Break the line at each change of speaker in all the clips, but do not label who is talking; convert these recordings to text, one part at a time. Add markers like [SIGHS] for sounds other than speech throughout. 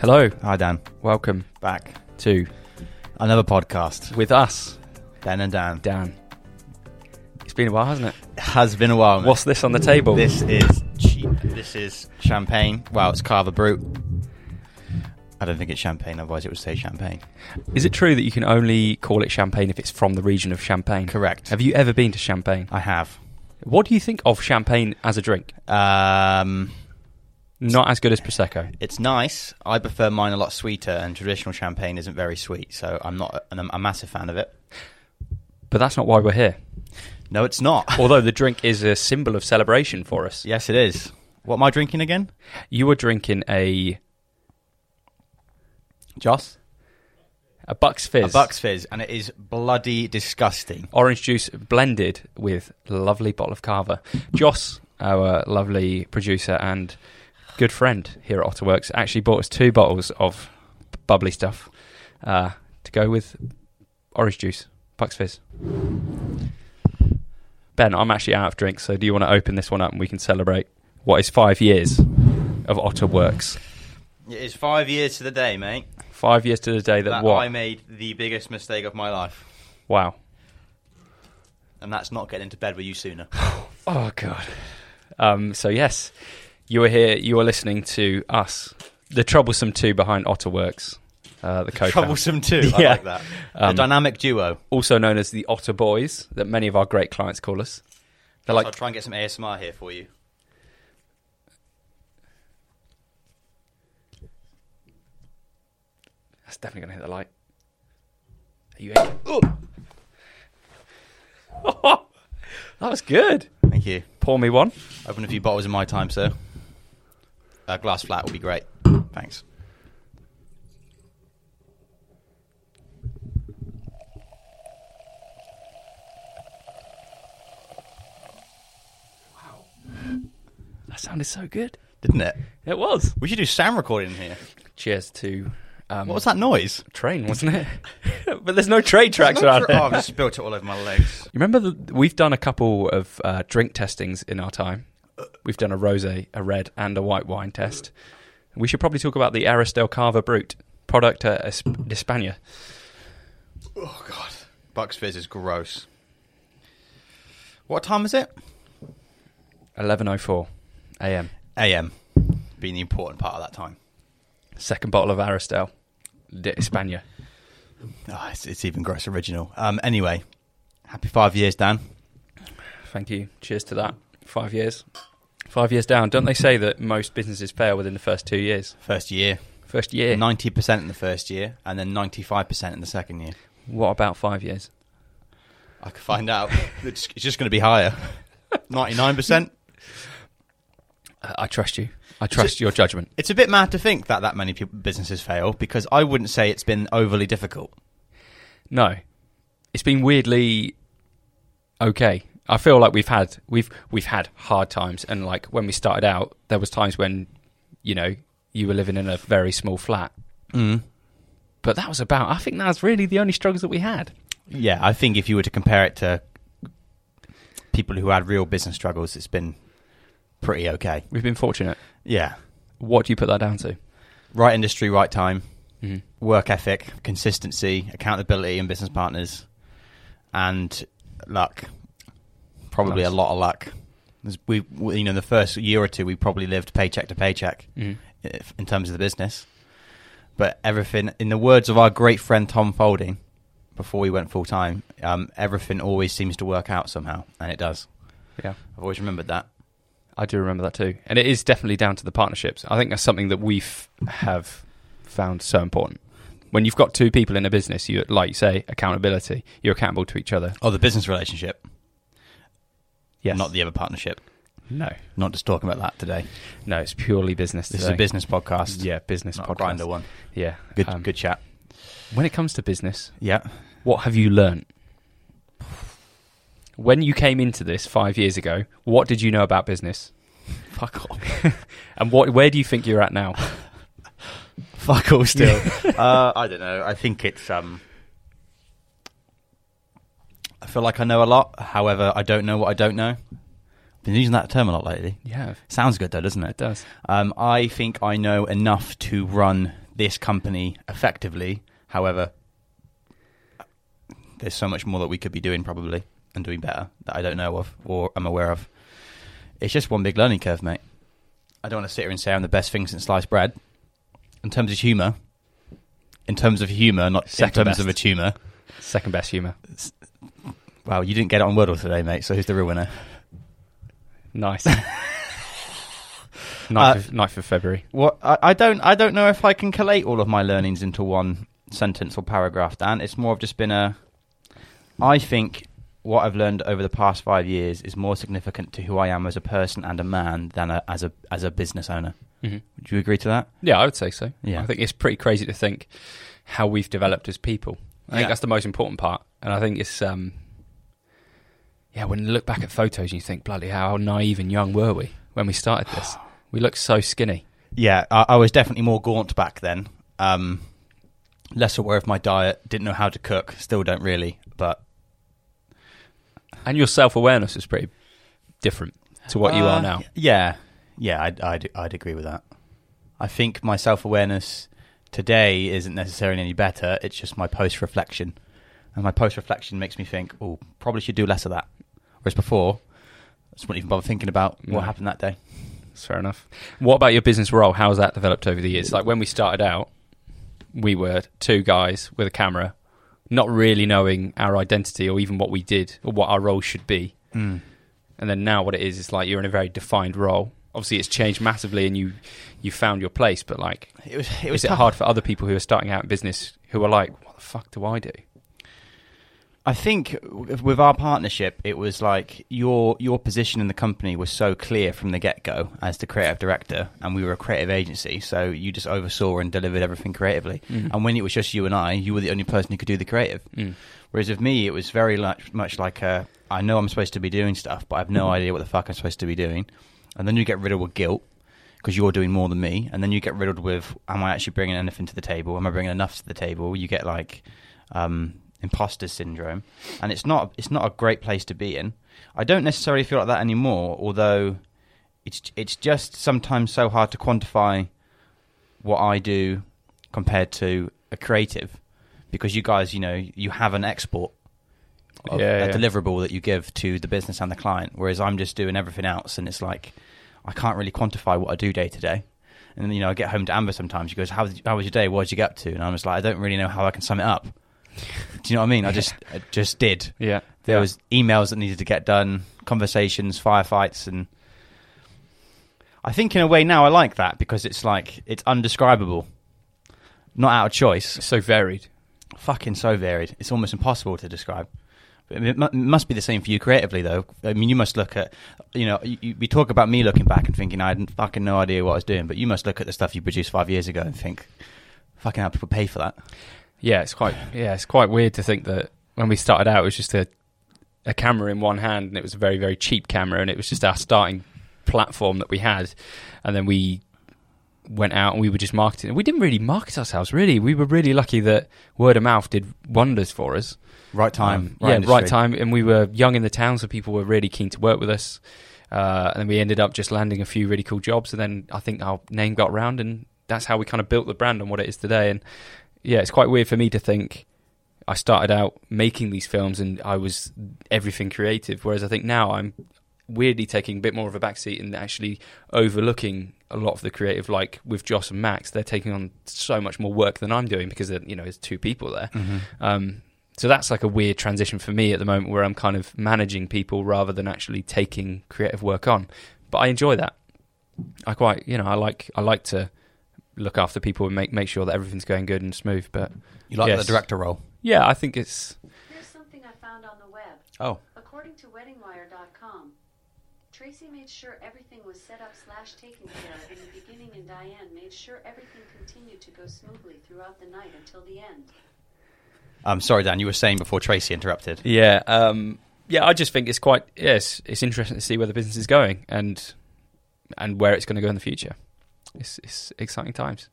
Hello,
Hi, Dan.
welcome
Back.
to
Another podcast.
With Us,
Ben and Dan.
Dan. It's been a while, hasn't it?
Has been a while. mate.
What's this on the table?
This is cheap. This is champagne. Wow, it's Carver Brut. I don't think it's champagne, otherwise it would say champagne.
Is it true that you can only call it champagne if it's from the region of Champagne?
Correct.
Have you ever been to Champagne?
I have.
What do you think of champagne as a drink?
Um,
Not as good as prosecco.
it's nice. I prefer mine a lot sweeter, and traditional champagne isn't very sweet, so I'm not a, I'm a massive fan of it.
But that's not why we're
[LAUGHS]
here.
No, it's not.
Although the drink is a symbol of celebration for us.
[LAUGHS] yes, it is. What am I drinking again?
You were drinking a
Joss?
a Bucks Fizz.
A Bucks Fizz, and it is bloody disgusting.
orange juice blended with lovely bottle of carver. Joss, our lovely producer and good friend here at Otterworks, actually bought us two bottles of bubbly stuff uh, to go with orange juice, Bucks Fizz. Ben, I'm actually out of drinks, so do you want to open this one up and we can celebrate what is five years of Otterworks?
It is five years to the day, mate.
Five years to the day that,
that
what?
I made the biggest mistake of my life,
wow.
and that's not getting into bed with
[LAUGHS]
you sooner.
Oh god. Um, so yes, you are here. You are listening to us, the troublesome two behind Otterworks, uh, the co
Troublesome too. I
Yeah.
like that. The
Um,
dynamic duo.
also known as the Otter Boys, that many of our great clients call us. They're
I'll
like,
try and get some ASMR here for you.
that's definitely gonna hit the light. Are you? in? Oh! [LAUGHS] that was good.
Thank you.
Pour me one.
Open a few bottles in my time, sir. A glass flat will be great. Thanks.
That sounded so good.
Didn't it?
It was.
We should do sound recording in here.
Cheers to. Um,
What was that noise?
Train, wasn't it? [LAUGHS] but there's no trade tracks
Oh,
around here.
I've just spilt it all over my legs.
You remember the, we've done a couple of uh, drink testings in our time. We've done a rosé, a red, and a white wine test. We should probably talk about the Aris del Carva Brut product uh, Es- d'España.
Oh God. Bucks Fizz is gross. What time is it?
11:04 a.m.
AM. Being the important part of that time.
Second bottle of Aristel d'España.
Oh, it's, it's even gross original. Um, anyway, happy five years, Dan.
Thank you. Cheers to that. Five years. Five years down. Don't they say that most businesses fail within the first two years?
First year,
First year.
ninety percent in the first year, and then ninety-five percent in the second year.
What about five years?
I could find out. [LAUGHS] it's, it's just going to be higher. Ninety-nine percent.
I, Uh, I trust you. I trust your judgment.
It's a bit mad to think that that many people, businesses fail because I wouldn't say it's been overly difficult.
No, it's been weirdly okay. I feel like we've had we've we've had hard times, and like when we started out, there was times when you know you were living in a very small flat,
Mm.
but that was about. I think that's really the only struggles that we had.
Yeah, I think if you were to compare it to people who had real business struggles, it's been pretty okay.
We've been fortunate.
Yeah,
What do you put that down to?
right industry, right time.
Mhm.
work ethic, consistency, accountability, and business partners, and luck. Probably
Nice.
a lot of luck. There's- We, we- you know, the first year or two, we probably lived paycheck to paycheck
Mhm.
if, in terms of the business. But everything, in the words of our great friend Tom Folding, before we went full time, um, everything always seems to work out somehow, and it does.
Yeah,
I've always remembered that.
I do remember that too, and it is definitely down to the partnerships. I think that's something that we've have found so important. When you've got two people in a business, you like you say accountability. You're accountable to each other.
Oh, the business relationship,
Yes.
not the other partnership.
no.
Not just talking about that today.
No, it's purely business.
This is
today.
a business podcast.
Yeah, business
not a
podcast.
grinder one.
Yeah,
Good,
um,
good chat.
When it comes to business,
Yeah. [LAUGHS]
what have you learnt? When you came into this five years ago, what did you know about business,
Fuck off.
[LAUGHS] and what where do you think you're at now?
Fuck all still. [LAUGHS] uh, I don't know. I think it's. um I feel like I know a lot. However, I don't know what I don't know. Been using that term a lot lately.
Yeah,
Sounds good though, doesn't
it
it?
does.
Um, I think I know enough to run this company effectively. However, there's so much more that we could be doing probably and doing better that I don't know of or I'm aware of. It's just one big learning curve, mate. I don't want to sit here and say I'm the best thing since sliced bread. In terms of humour, in terms of humour, not
Second
in terms
best.
of a tumour.
Second best humour.
Wow, you didn't get it on Wordle today, mate. So who's the real winner?
Nice.
[LAUGHS]
9th,
Uh,
of, 9th of February.
What I, I don't I don't know if I can collate all of my learnings into one sentence or paragraph, Dan. It's more of just been a. I think what I've learned over the past five years is more significant to who I am as a person and a man than a, as a as a business owner.
Mm-hmm.
Would you agree to that?
Yeah, I would say so.
Yeah.
I think it's pretty crazy to think how we've developed as people. I think
Yeah.
that's the most important part. And I think it's, um, yeah, when you look back at photos and you think, bloody hell, how naive and young were we when we started
[SIGHS]
this? we looked so skinny.
Yeah, I, I was definitely more gaunt back then. Um, less aware of my diet, didn't know how to cook, still don't really. But
And your self awareness is pretty different to what you
Uh,
are now.
Yeah, yeah, I'd, I'd, I'd agree with that. I think my self awareness today isn't necessarily any better. It's just my post reflection, and my post reflection makes me think, oh, probably should do less of that. Whereas before, I just wouldn't even bother thinking about what
No.
happened that day.
That's fair enough. What about your business role? How has that developed over the years? Like when we started out, we were two guys with a camera, not really knowing our identity or even what we did or what our role should be. And then now, what it is, is like you're in a very defined role. Obviously, it's changed massively, and you you found your place. But like,
It was,
it
it was
is it
tough.
hard for other people who are starting out in business who are like, "What the fuck do I do?"
I think w- with our partnership, it was like your your position in the company was so clear from the get go as the creative director, and we were a creative agency, so you just oversaw and delivered everything creatively.
Mhm.
And when it was just you and I, you were the only person who could do the creative.
Mm.
Whereas with me, it was very much, much like a, I know I'm supposed to be doing stuff, but I have no idea what the fuck I'm supposed to be doing. And then you get riddled with guilt because you're doing more than me. And then you get riddled with, am I actually bringing anything to the table? Am I bringing enough to the table? You get like um, imposter syndrome, and it's not it's not a great place to be in. I don't necessarily feel like that anymore, although it's it's just sometimes so hard to quantify what I do compared to a creative because you guys, you know, you have an export, of
Yeah,
a
yeah.
deliverable that you give to the business and the client, whereas I'm just doing everything else, and it's like I can't really quantify what I do day to day. And then, you know, I get home to Amber sometimes. She goes, "How how was your day? What did you get up to?" And I'm just like, "I don't really know how I can sum it up." Do you know what I mean? I just I just did.
Yeah,
There
Yeah.
was emails that needed to get done, conversations, firefights, and I think in a way now I like that because it's like it's undescribable, not out of choice.
so varied.
Fucking so varied. It's almost impossible to describe. But It mu- must be the same for you creatively, though. I mean, you must look at, you know, you, you, we talk about me looking back and thinking I had fucking no idea what I was doing, but you must look at the stuff you produced five years ago and think, fucking how people pay for that.
Yeah, it's quite yeah, it's quite weird to think that when we started out, it was just a a camera in one hand, and it was a very very cheap camera, and it was just our starting platform that we had, and then we went out and we were just marketing. We didn't really market ourselves, really. We were really lucky that word of mouth did wonders for us.
Right
Um,
time,
yeah,
right
right
industry.
time, and we were young in the town, so people were really keen to work with us. Uh, and then we ended up just landing a few really cool jobs, and then I think our name got round, and that's how we kind of built the brand on what it is today. And yeah, it's quite weird for me to think I started out making these films and I was everything creative, whereas I think now I'm weirdly taking a bit more of a backseat and actually overlooking a lot of the creative. Like with Joss and Max, they're taking on so much more work than I'm doing because they're- you know there's two people there.
Mhm.
Um, so that's like a weird transition for me at the moment where I'm kind of managing people rather than actually taking creative work on. But I enjoy that. I quite, you know, I like I like to look after people and make make sure that everything's going good and smooth. But
You like
Yes.
the director role.
yeah, I think it's
Here's something I found on the web.
Oh.
According to WeddingWire.com, Tracy made sure everything was set up slash taken care of in the beginning, and Diane made sure everything continued to go smoothly throughout the night until the end.
I'm Um, sorry, Dan, you were saying before Tracy interrupted.
yeah, um, yeah. I just think it's quite yes, it's interesting to see where the business is going and and where it's going to go in the future. It's it's exciting times.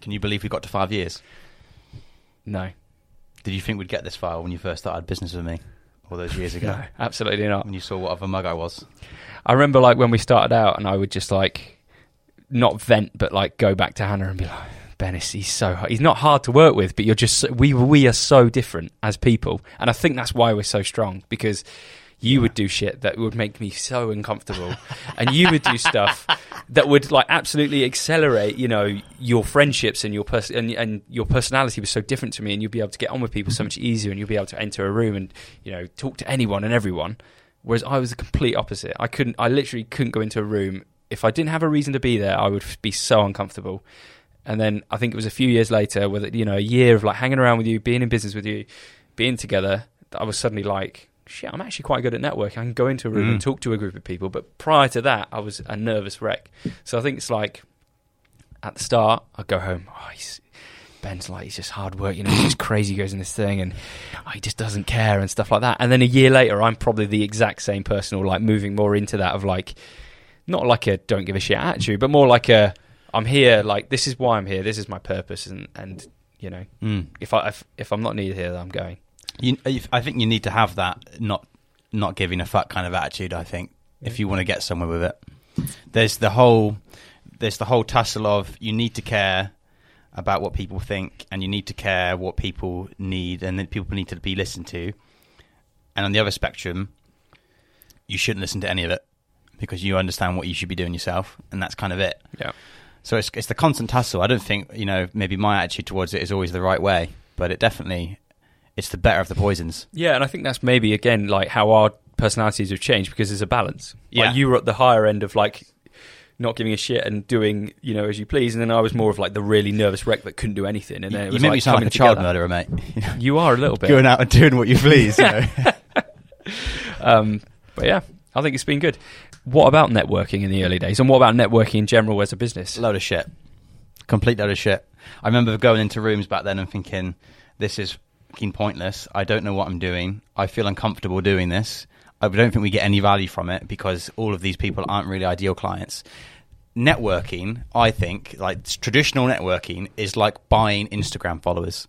Can you believe we got to five years?
No,
Did you think we'd get this far when you first started business with me all those years
[LAUGHS]
ago?
no, absolutely not.
When you saw what of a mug I was?
I remember like when we started out, and I would just like not vent, but like go back to Hannah and be like, Ben is he's so hard. he's not hard to work with, but you're just so- we we are so different as people, and I think that's why we're so strong because you would do shit that would make me so uncomfortable, and you would do stuff that would like absolutely accelerate you know your friendships and your pers- and, and your personality was so different to me, and you'd be able to get on with people so much easier, and you'd be able to enter a room and you know talk to anyone and everyone. Whereas I was the complete opposite. I couldn't. I literally couldn't go into a room if I didn't have a reason to be there. I would f- be so uncomfortable. And then I think it was a few years later, whether you know, a year of like hanging around with you, being in business with you, being together, that I was suddenly like, shit, I'm actually quite good at networking. I can go into a room
Mm.
and talk to a group of people. But prior to that, I was a nervous wreck. So I think it's like at the start, I go home. Oh, he's, Ben's like he's just hard work, you know, he's just crazy, he goes in this thing, and oh, he just doesn't care and stuff like that. And then a year later, I'm probably the exact same person, or like moving more into that of like not like a don't give a shit attitude, but more like a I'm here, like this is why I'm here, this is my purpose, and and you know,
Mm.
if I if, if I'm not needed here, then I'm going.
You, if- I think you need to have that not not giving a fuck kind of attitude. I think if you want to get somewhere with it, there's the whole there's the whole tussle of you need to care about what people think, and you need to care what people need, and that people need to be listened to. And on the other spectrum, you shouldn't listen to any of it because you understand what you should be doing yourself, and that's kind of it.
Yeah,
So it's it's the constant tussle. I don't think you know maybe my attitude towards it is always the right way, but it definitely it's the better of the poisons.
yeah, and I think that's maybe again like how our personalities have changed because there's a balance. Like,
Yeah.
you were at the higher end of like not giving a shit and doing you know as you please, and then I was more of like the really nervous wreck that couldn't do anything. And then
you
it was
make
like
me sound like
coming
a child
together.
murderer, mate. [LAUGHS]
You are a little bit.
Going out and doing what you please.
[LAUGHS]
You know?
Um, but yeah, I think it's been good. What about networking in the early days, and what about networking in general as a business?
load of shit. Complete load of shit. I remember going into rooms back then and thinking, this is fucking pointless. I don't know what I'm doing. I feel uncomfortable doing this. I don't think we get any value from it because all of these people aren't really ideal clients. Networking, I think, like s- traditional networking is like buying Instagram followers.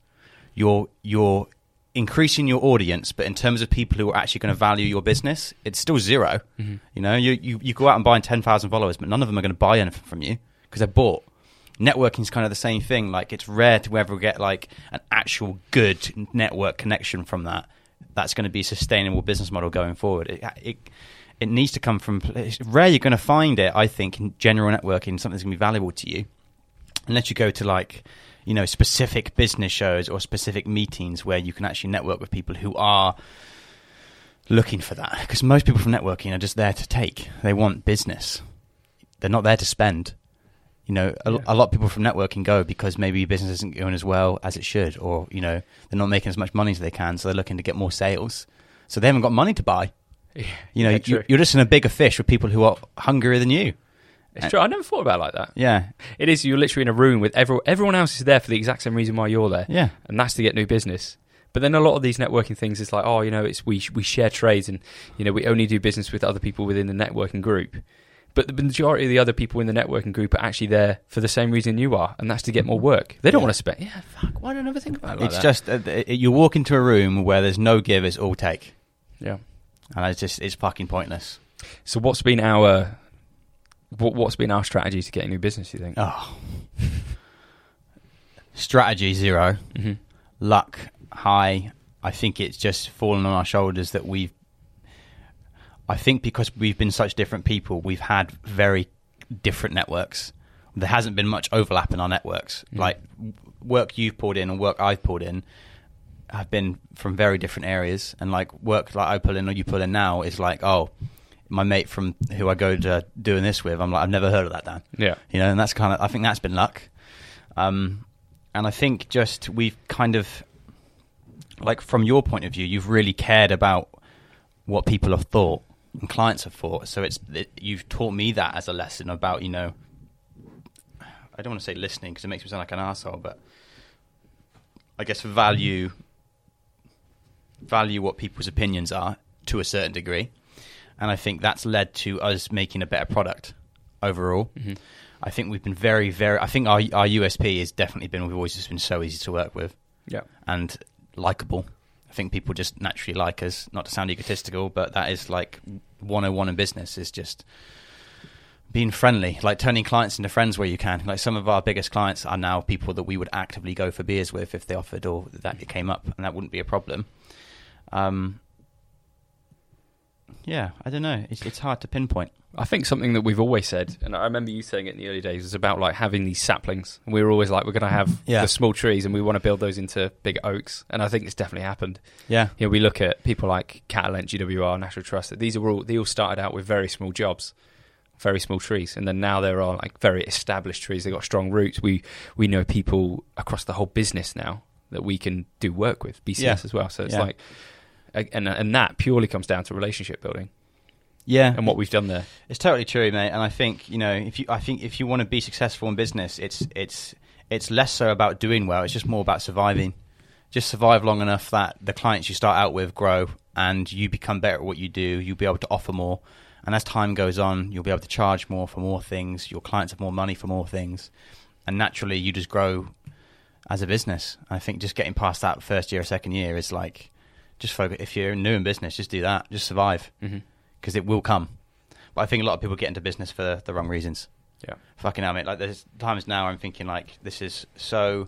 You're you're increasing your audience, but in terms of people who are actually going to value your business, it's still 0 You know, you, you you go out and buy ten thousand followers, but none of them are going to buy anything from you because they're bought. Networking is kind of the same thing. Like it's rare to ever get like an actual good network connection from that. That's going to be a sustainable business model going forward. It it, it needs to come from. It's rare you're going to find it. I think in general networking, something's going to be valuable to you unless you go to like you know specific business shows or specific meetings where you can actually network with people who are looking for that because most people from networking are just there to take they want business they're not there to spend you know a,
Yeah.
a lot of people from networking go because maybe business isn't going as well as it should or you know they're not making as much money as they can so they're looking to get more sales so they haven't got money to buy
Yeah,
you know
yeah,
you,
true.
you're just in a bigger fish with people who are hungrier than you
[LAUGHS] it's true. I never thought about it like that.
yeah
It is you're literally in a room with everyone. Everyone else is there for the exact same reason why you're there,
yeah
and that's to get new business. But then a lot of these networking things is like, oh, you know, it's we we share trades, and you know, we only do business with other people within the networking group. But the majority of the other people in the networking group are actually there for the same reason you are, and that's to get more work. They don't
Yeah.
want to spend. Yeah, fuck. Why don't I ever think about it like
it's
that?
just uh, th- you walk into a room where there's no give, it's all take,
yeah.
and it's just it's fucking pointless.
So what's been our what, what's been our strategy to getting new business? Do you think?
Oh, [LAUGHS] strategy zero,
Mhm.
luck high. I think it's just fallen on our shoulders that we've. I think because we've been such different people, we've had very different networks. There hasn't been much overlap in our networks.
Mm.
Like w- work you've pulled in and work I've pulled in have been from very different areas and like work like I pull in or you pull in now is like oh my mate from who I go to doing this with I'm like I've never heard of that Dan
Yeah.
you know and that's kind of I think that's been luck um and I think just we've kind of like from your point of view you've really cared about what people have thought and clients have thought so it's it, you've taught me that as a lesson about you know I don't want to say listening because it makes me sound like an asshole but I guess value value what people's opinions are to a certain degree, and I think that's led to us making a better product overall. I think we've been very, very. I think our our USP has definitely been we've always just been so easy to work with
Yeah.
and likable. I think people just naturally like oh us. Not to sound egotistical, but that is like 101 in business is just being friendly, like turning clients into friends where you can. Like some of our biggest clients are now people that we would actively go for beers with if they offered or that it came up, and that wouldn't be a problem. Um, yeah, I don't know. It's it's hard to pinpoint.
I think something that we've always said, and I remember you saying it in the early days, is about like having these saplings. And we were always like, we're going to have
Yeah.
the small trees, and we want to build those into big oaks. And I think it's definitely happened.
Yeah,
You know, we look at people like Catalent, GWR, National Trust. That these are all they all started out with very small jobs, very small trees, and then now there are like very established trees. They got strong roots. We we know people across the whole business now that we can do work with BCS
Yeah.
as well. So it's
Yeah.
like, and and that purely comes down to relationship building
yeah.
and what we've done there.
It's totally true, mate. And I think you know, if you, I think if you want to be successful in business, it's it's it's less so about doing well. It's just more about surviving. Just survive long enough that the clients you start out with grow, and you become better at what you do. You'll be able to offer more, and as time goes on, you'll be able to charge more for more things. Your clients have more money for more things, and naturally, you just grow as a business. I think just getting past that first year or second year is like just focus. If you're new in business, just do that. Just survive
Mm-hmm.
because it will come. But I think a lot of people get into business for the wrong reasons.
Yeah.
Fucking hell, mate. Like, there's times now I'm thinking, like, this is so.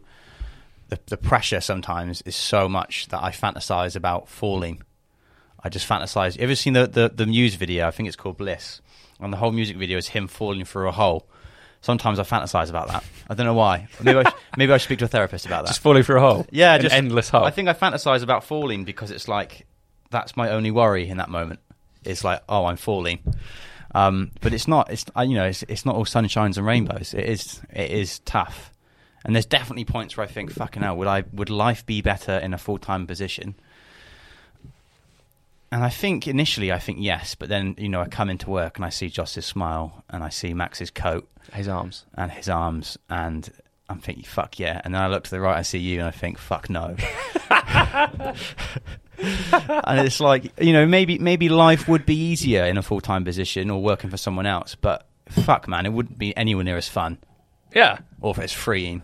The, the pressure sometimes is so much that I fantasize about falling. I just fantasize. You ever seen the, the, the Muse video? I think it's called Bliss. And the whole music video is him falling through a hole. Sometimes I fantasize about that. I don't know why. Maybe I, sh- [LAUGHS] maybe I should speak to a therapist about that.
Just falling through a hole.
Yeah,
an
just
endless hole.
I think I fantasize about falling because it's like that's my only worry in that moment. It's like, oh, I'm falling. Um, but it's not. It's I- you know, it's it's not all sunshines and rainbows. It is it is tough, and there's definitely points where I think, fucking hell, would I would life be better in a full time position? And I think initially, I think yes, but then you know, I come into work and I see Joss's smile and I see Max's coat
his arms.
and his arms and I'm thinking, fuck yeah. And then I look to the right, I see you, and I think, fuck [LAUGHS] no. and it's like, you know, maybe maybe life would be easier in a full time position or working for someone else, but fuck man, it wouldn't be anywhere near as fun
Yeah,
or as freeing.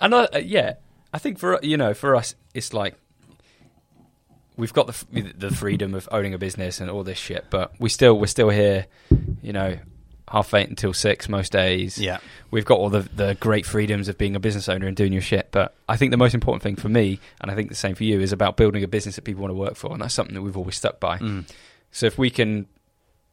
and I, uh, yeah, I think for you know for us it's like we've got the f- the freedom of owning a business and all this shit, but we still we're still here, you know, half eight until six most days.
Yeah.
we've got all the the great freedoms of being a business owner and doing your shit. But I think the most important thing for me, and I think the same for you, is about building a business that people want to work for, and that's something that we've always stuck by.
Mm.
So if we can,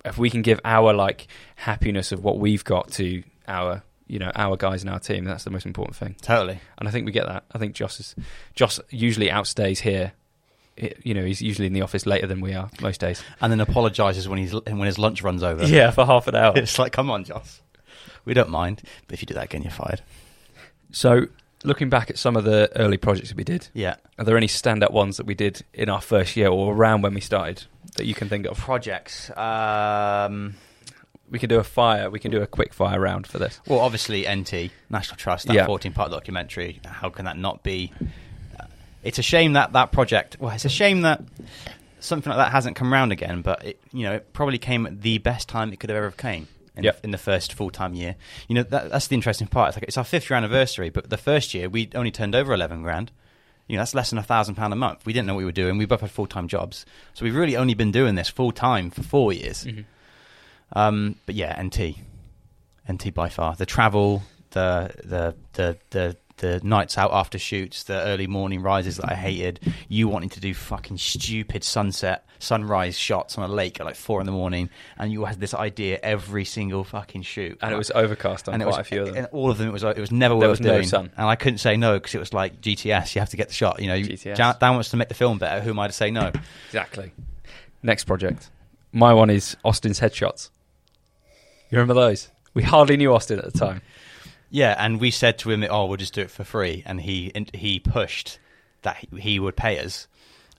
if we can give our like happiness of what we've got to our you know our guys in our team, that's the most important thing.
Totally.
And I think we get that. I think Joss is Joss usually outstays here. It- you know, he's usually in the office later than we are most days.
And then apologizes when he's when his lunch runs over.
for half an hour.
[LAUGHS] It's like, come on, Joss. We don't mind. But if you do that again, you're fired.
[LAUGHS] so looking back at some of the early projects that we did,
Yeah.
are there any standout ones that we did in our first year or around when we started that you can think of?
Projects. Um
We can do a fire. We can do a quick fire round for this.
Well, obviously, NT National Trust that
Yeah.
fourteen-part documentary. How can that not be? Uh, It's a shame that that project. Well, it's a shame that something like that hasn't come round again. But it, you know, it probably came at the best time it could have ever have came in,
Yep.
in the first full-time year. You know, that, that's the interesting part. It's like it's our fifth-year anniversary, but the first year we only turned over eleven grand. You know, that's less than a thousand pound a month. We didn't know what we were doing. We both had full-time jobs, so we've really only been doing this full-time for four years.
Mm-hmm.
Um, but yeah, NT, NT by far. The travel, the the the the the nights out after shoots, the early morning rises that I hated. You wanting to do fucking stupid sunset, sunrise shots on a lake at like four in the morning, and you had this idea every single fucking shoot,
And it was overcast on
And it
quite
was-
a few of them.
and all of them. It was it was never
There
worth
was no
doing.
sun.
and I couldn't say no because it was like GTS. You have to get the shot. You know, you-
GTS.
Dan, Dan wants to make the film better. Who am I to say no?
Exactly. Next project. My one is Austin's headshots. You remember those? We hardly knew Austin at the time.
Yeah, and we said to him, "Oh, we'll just do it for free," and he and he pushed that he- he would pay us.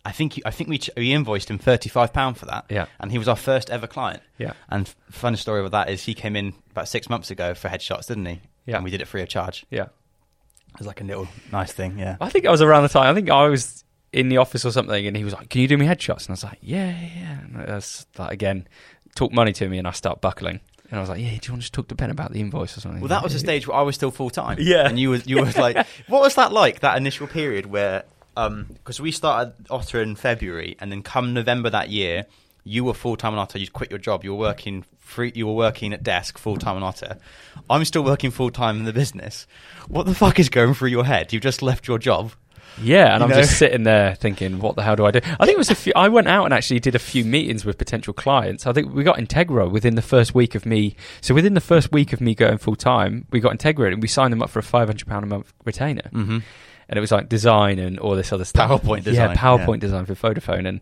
I think he- I think we ch- we invoiced him thirty five pound for that.
Yeah.
and he was our first ever client.
Yeah.
and f- fun story with that is he came in about six months ago for headshots, didn't he?
Yeah.
and we did it free of charge.
Yeah.
It was like a little nice thing. Yeah,
I think I was around the time. I think I was in the office or something, and he was like, "Can you do me headshots?" And I was like, "Yeah, yeah." yeah." And I was like, again, talk money to me, and I start buckling. And I was like, "Yeah, do you want to just talk to Ben about the invoice or something?"
Well, that was a stage where I was still full time.
Yeah.
and you was you
[LAUGHS]
was like, what was that like? That initial um, period where, because we started Otter in February, and then come November that year, You were full time an otter. You quit your job. You were working free. You were working at desk full time an otter. I'm still working full time in the business. What the fuck is going through your head? You've just left your job.
Yeah, and
You
I'm
know?
just sitting there thinking, what the hell do I do? I think it was a few. I went out and actually did a few meetings with potential clients. I think we got Integra within the first week of me. So within the first week of me going full time, we got Integra and we signed them up for a 500 pound a month retainer,
Mm-hmm.
and it was like design and all this other stuff.
PowerPoint design,
yeah, PowerPoint
yeah.
design for Vodafone, and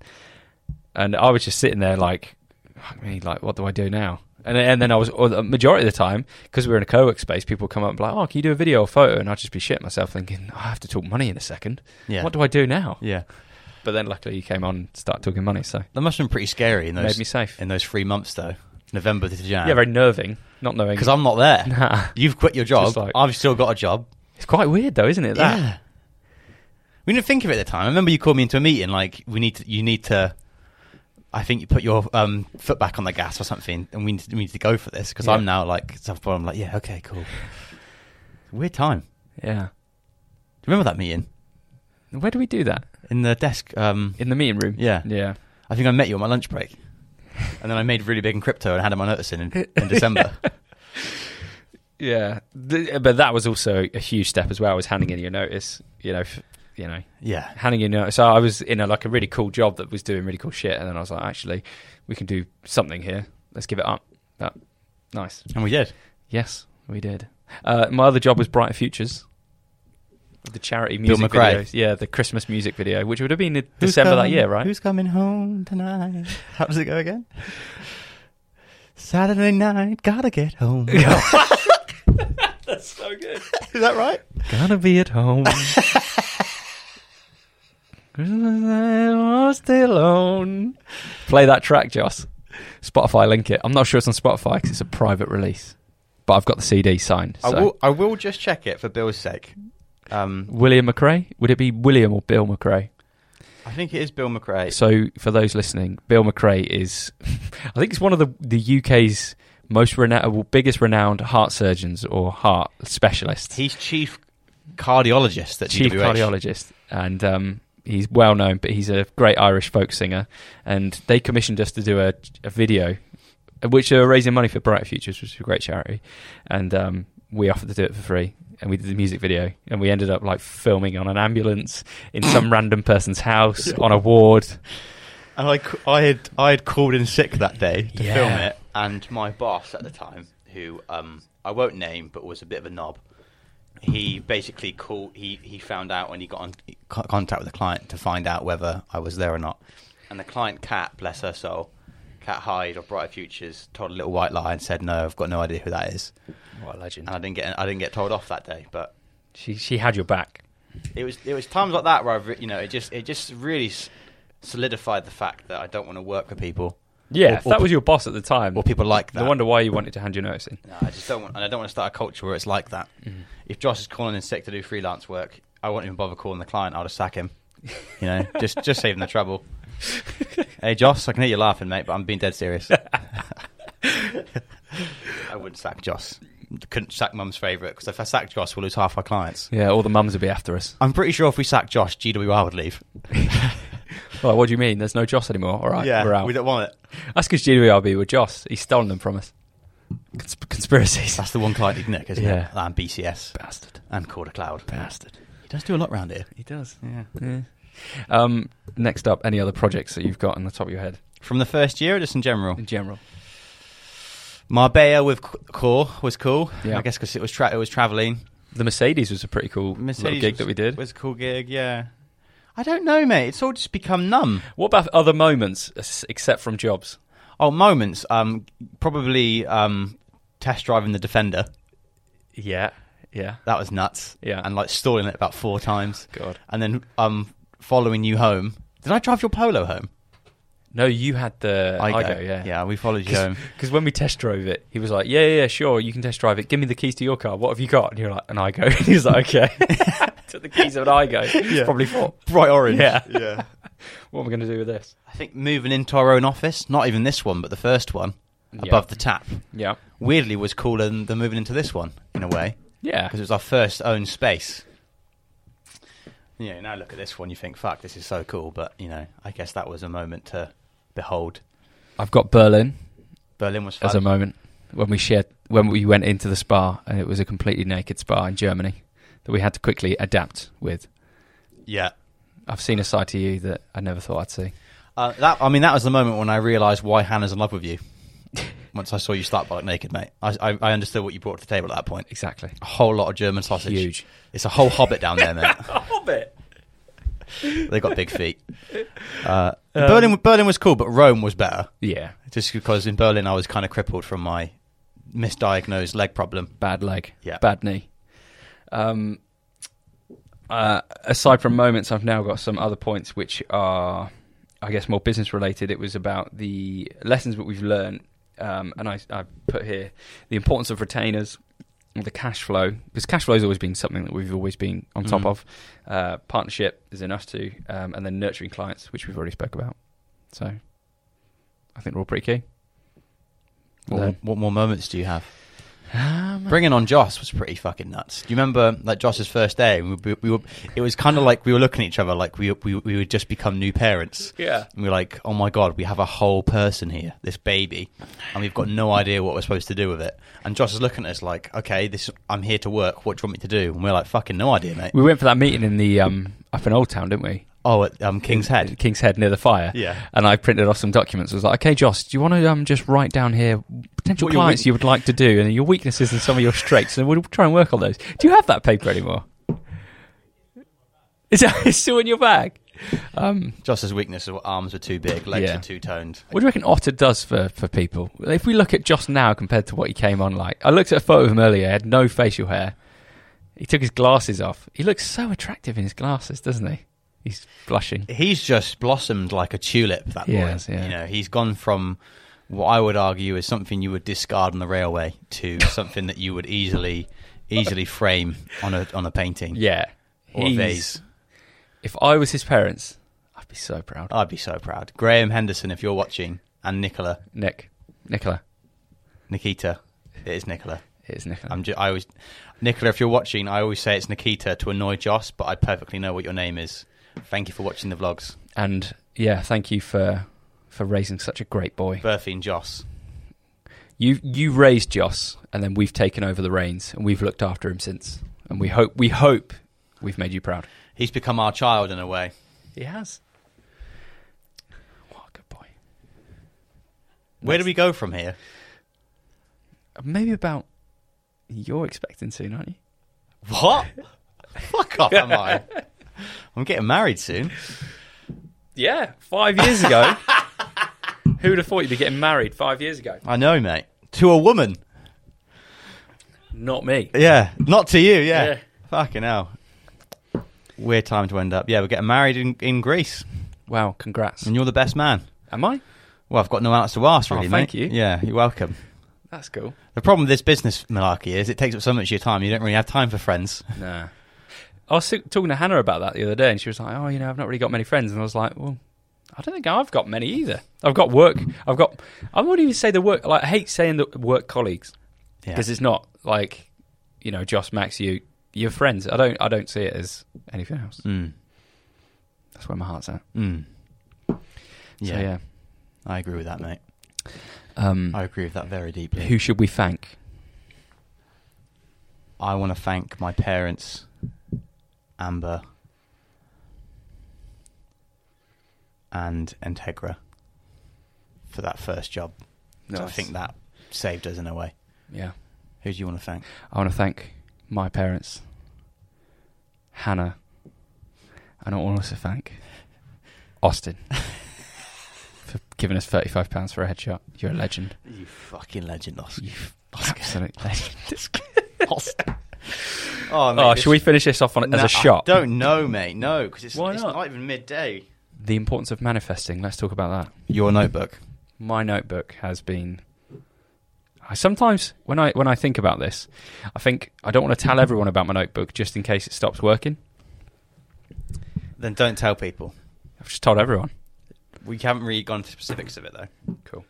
and I was just sitting there like, I mean, like, what do I do now? And and then I was or the majority of the time because we were in a co-work space, people would come up and be like, oh, can you do a video or photo? And I'd just be shitting myself thinking, I have to talk money in a second.
Yeah.
What do I do now?
Yeah.
But then luckily you came on and started talking money, so
That must have been pretty scary in
Made
those
me safe.
in those three months though. November to Jan. [LAUGHS]
yeah, very nerving, not knowing.
because I'm not there.
[LAUGHS] Nah.
You've quit your job.
Just like-
I've still got a job.
It's quite weird though, isn't it? That?
Yeah. We didn't think of it at the time. I remember you called me into a meeting like we need to, you need to I think you put your um, foot back on the gas or something and we need to, we need to go for this because
Yeah.
I'm now like self I'm like yeah okay cool. Weird time. Do
Yeah.
you remember that meeting
Where do we do that?
in the desk um,
In the meeting room.
Yeah.
Yeah.
I think I met you on my lunch break. And then I made really big in crypto and had him on notice in, in [LAUGHS] December.
Yeah. Th- but that was also a huge step as well. Was handing in your notice. You know. F- you know.
yeah.
Handing in your notice. So I was in a, like a really cool job that was doing really cool shit, and then I was like, actually, we can do something here. Let's give it up. That nice.
And we did.
Yes, we did. Uh, my other job was Brighter Futures, the charity
Bill
music
McRae.
videos. Yeah, the Christmas music video, which would have been in December that year, [LAUGHS] right?
Who's coming home tonight? How does it go again? Saturday night, gotta get home. Is
That's so good.
that right?
Gonna be at home. Christmas night, I'll stay alone. Play that track, Joss. Spotify link it. I'm not sure it's on Spotify because it's a private release, but I've got the CD signed. So.
I will. I will just check it for Bill's sake. Um,
William McRae? Would it be William or Bill McRae?
I think it is Bill McRae.
So, for those listening, Bill McRae is, [LAUGHS] I think, he's one of the the UK's most renowned, biggest renowned heart surgeons or heart specialists.
He's chief cardiologist at
chief
GWH.
cardiologist, and um, he's well known. But he's a great Irish folk singer, and they commissioned us to do a, a video, uh, which they were raising money for Bright Futures, which is a great charity, and um, we offered to do it for free. And we did the music video, and we ended up like filming on an ambulance in [LAUGHS] some random person's house on a ward.
And I, c- I had I had called in sick that day to
Yeah.
film it, and my boss at the time, who um, I won't name, but was a bit of a knob, he basically called. He, he found out when he got on he co- contact with the client to find out whether I was there or not, and the client, Cat, bless her soul, Cat Hyde of Brighter Futures, told a little white lie and said, "No, I've got no idea who that is,"
What a legend!
and I didn't get I didn't get told off that day, but
She she had your back.
it was it was times like that where I've, re- you know it just it just really s- solidified the fact that I don't want to work for people.
Yeah,
Or-
if
or
that
pe-
was your boss at the time.
or people like
No
that.
wonder why you wanted to hand your notice in.
No, I just don't want, and I don't want to start a culture where it's like that.
Mm-hmm.
If Josh is calling in sick to do freelance work, I won't even bother calling the client. I'll just sack him. You
[LAUGHS]
know, just just save him the trouble. Hey, Josh, I can hear you laughing, mate, but I'm being
[LAUGHS]
dead serious. I wouldn't sack Josh. Couldn't sack Mum's favourite because if I sack Josh, we'll lose half our clients.
Yeah, all the mums would be after us.
I'm pretty sure if we sack Josh, GWR would leave.
[LAUGHS] Well, what do you mean? There's no Joss anymore. All right,
yeah,
we're out.
we don't want it.
That's because GWRB were Joss. He's stolen them from us. Consp- conspiracies.
That's the one client he'd nick, isn't
Yeah.
it? And BCS
bastard.
and Corda Cloud.
Bastard.
He does do a lot round here.
He does.
Yeah.
Yeah. Um, next up, any other projects that you've got on the top of your head
From the first year, or just in general.
in general?
Marbella with Core was cool.
Yeah.
I guess because it was tra- it was traveling.
The Mercedes was a pretty cool little gig
was-
that we did.
was a cool gig. Yeah, I don't know, mate. It's all just become numb.
What about other moments s- except from jobs?
Oh, moments. Um, probably um, test driving the Defender.
Yeah, yeah.
That was nuts.
Yeah.
and like stalling it about four times.
God.
And then um, following you home. Did I drive your Polo home?
[LAUGHS] No, you had the I
Igo. Yeah, we followed
[LAUGHS]
you home.
Because when we test drove it, he was like, "Yeah, yeah, yeah, sure, you can test drive it. Give me the keys to your car. What have you got?" And you're like, "An Igo." [LAUGHS] And he's like,
[LAUGHS]
"Okay." Took the keys of an Igo.
Yeah.
It's Probably thought,
Bright orange.
Yeah.
yeah.
[LAUGHS] "What am I going to do with this?"
I think moving into our own office. Not even this one, but the first one
Yeah.
above the tap.
Yeah,
Weirdly, was cooler than, than moving into this one in a way.
yeah,
because it was our first own space. Yeah, now look at this one, you think, fuck, this is so cool. But, you know, I guess that was a moment to behold.
I've got Berlin
Berlin was
as a
fun.
moment when we shared when we went into the spa and it was a completely naked spa in Germany that we had to quickly adapt with.
yeah.
I've seen a side to you that I never thought I'd see.
Uh, that I mean, that was the moment when I realised why Hannah's in love with you. Once I saw you start butt naked, mate, I, I, I understood what you brought to the table at that point.
Exactly.
A whole lot of German sausage.
Huge.
It's a whole hobbit down there, mate.
Hobbit.
they got big feet. Uh, Berlin, Berlin was cool, but Rome was better.
Yeah.
Just because in Berlin I was kind of crippled from my misdiagnosed leg problem.
Bad leg.
Yeah.
Bad knee. Um. Uh, aside from moments, I've now got some other points which are, I guess, more business related. It was about the lessons that we've learned, um, and I, I put here the importance of retainers, the cash flow, because cash flow has always been something that we've always been on top
Mhm.
of. Uh, partnership is in us too, um, and then nurturing clients, which we've already spoke about. So, I think we're all pretty key.
What,
Learn.
what more moments do you have?
Um,
Bringing on Joss was pretty fucking nuts. Do you remember like Joss's first day? We, we, we were, it was kind of like we were looking at each other like we we we would just become new parents.
Yeah.
And we were like, oh my god, we have a whole person here, this baby, and we've got no idea what we're supposed to do with it. And Joss is looking at us like, okay, this I'm here to work. What do you want me to do? And we're like, fucking no idea, mate.
We went for that meeting in the um, up in Old Town, didn't we?
Oh, at um, King's
In
Head.
King's Head near the fire.
Yeah.
And I printed off some documents. I was like, okay, Joss, do you want to um, just write down here potential
What your
clients
weak-
you would like to do and your weaknesses and some of your strengths, and we'll try and work on those. Do you have that paper anymore? Is that [LAUGHS] it's still in your bag? Um,
Joss's weakness is arms were too big, legs
Yeah.
were too toned.
what do you reckon Otter does for, for people? If we look at Joss now compared to what he came on like, I looked at a photo of him earlier. He had no facial hair. He took his glasses off. He looks so attractive in his glasses, doesn't he? He's blushing.
he's just blossomed like a tulip. That
He
boy,
has, yeah.
you know, he's gone from what I would argue is something you would discard on the railway
[LAUGHS]
to something that you would easily, easily frame on a on a painting
Yeah.
or a
He's-
vase.
If I was his parents, I'd be so proud.
I'd be so proud. Graham Henderson, if you're watching, and Nicola,
Nick. Nicola.
Nikita, it is Nicola.
It is Nicola.
I'm ju- I always, Nicola, if you're watching, I always say it's Nikita to annoy Joss, but I perfectly know what your name is. Thank you for watching the vlogs,
and yeah, thank you for for raising such a great boy.
Berthy and Joss.
You you raised Joss and then we've taken over the reins and we've looked after him since. And we hope we hope we've made you proud.
He's become our child in a way.
He has. What a good boy.
Where do we go from here?
Maybe about you're expecting soon, aren't you?
What? Fuck off,
[LAUGHS]
am I? I'm getting married soon.
Yeah, five years ago. [LAUGHS] Who'd have thought you'd be getting married five years ago?
I know, mate. To a woman.
Not me.
Yeah. Not to you, yeah.
Yeah.
Fucking hell. Weird time to end up. Yeah, we're getting married in, in Greece,
Wow, congrats.
and you're the best man.
Am I?
Well, I've got no one else to ask,
Oh,
really,
thank
mate.
you.
Yeah, you're welcome.
That's cool.
The problem with this business malarkey is it takes up so much of your time. You don't really have time for friends.
Nah. I was talking to Hannah about that the other day, and she was like, "Oh, you know, I've not really got many friends." And I was like, "Well, I don't think I've got many either. I've got work. I've got. I won't even say the work. Like, I hate saying the work colleagues
Yeah.
because it's not like, you know, Josh, Max, you, your friends. I don't. I don't see it as anything else.
Mm.
That's where my heart's at.
Mm.
Yeah,
Yeah,
so, yeah.
I agree with that, mate.
Um,
I agree with that very deeply.
who should we thank?
I want to thank my parents, Amber, and Integra for that first job. 'Cause I
Nice.
think that saved us in a way.
Yeah,
Who do you want to thank?
I want to thank my parents, Hannah, and I want to thank
[LAUGHS]
Austin for giving us thirty-five pounds for a headshot. You're a legend.
You fucking legend, Oscar.
You absolute [LAUGHS] legend.
[LAUGHS] Oh, mate,
oh,
this-
should we finish this off on
Nah,
as
I
a shot?
don't know, mate. No, because it's,
Why
it's
not?
not? even midday.
The importance of manifesting. Let's talk about that.
Your notebook.
My notebook has been. I sometimes when I when I think about this, I think I don't want to tell everyone about my notebook just in case it stops working.
Then don't tell people.
I've just told everyone.
We haven't really gone into specifics of it, though.
Cool.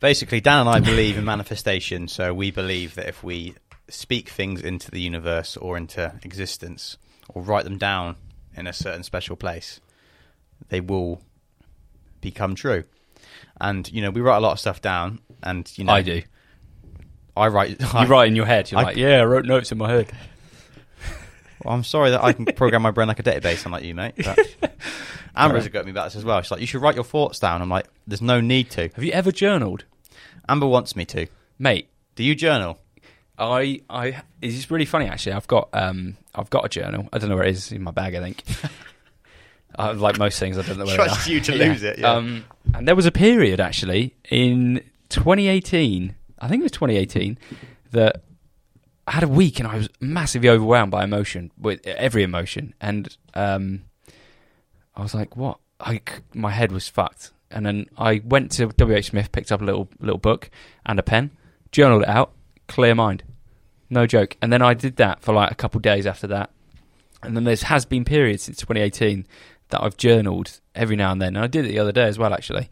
Basically, Dan and I believe in manifestation, so we believe that if we speak things into the universe or into existence or write them down in a certain special place, they will become true. And you know, we write a lot of stuff down, and you know,
I
[LAUGHS]
do.
I write.
[LAUGHS]
I,
you write in your head. You're
I-
like, yeah, I wrote notes in my head.
[LAUGHS] Well, I'm sorry that I can program my brain like a database. I'm like you, mate.
[LAUGHS]
But Amber's got me about this as well. She's like, you should write your thoughts down. I'm like, there's no need to.
Have you ever journaled,
Amber wants me to.
mate?
Do you journal?
I, I, it's just really funny actually. I've got, um, I've got a journal. I don't know where it is It's in my bag. I
[LAUGHS]
think. I, like most things, I don't know where.
Trust
it are.
you to lose it, yeah.
Um, and there was a period actually in 2018. I think it was 2018 that I had a week and I was massively overwhelmed by emotion with every emotion, and um, I was like, "What?" I c- my head was fucked, and then I went to W. H. Smith, picked up a little little book and a pen, journaled it out, clear mind, no joke. And then I did that for like a couple days after that, and then there's has been periods since 2018 that I've journaled every now and then, and I did it the other day as well actually,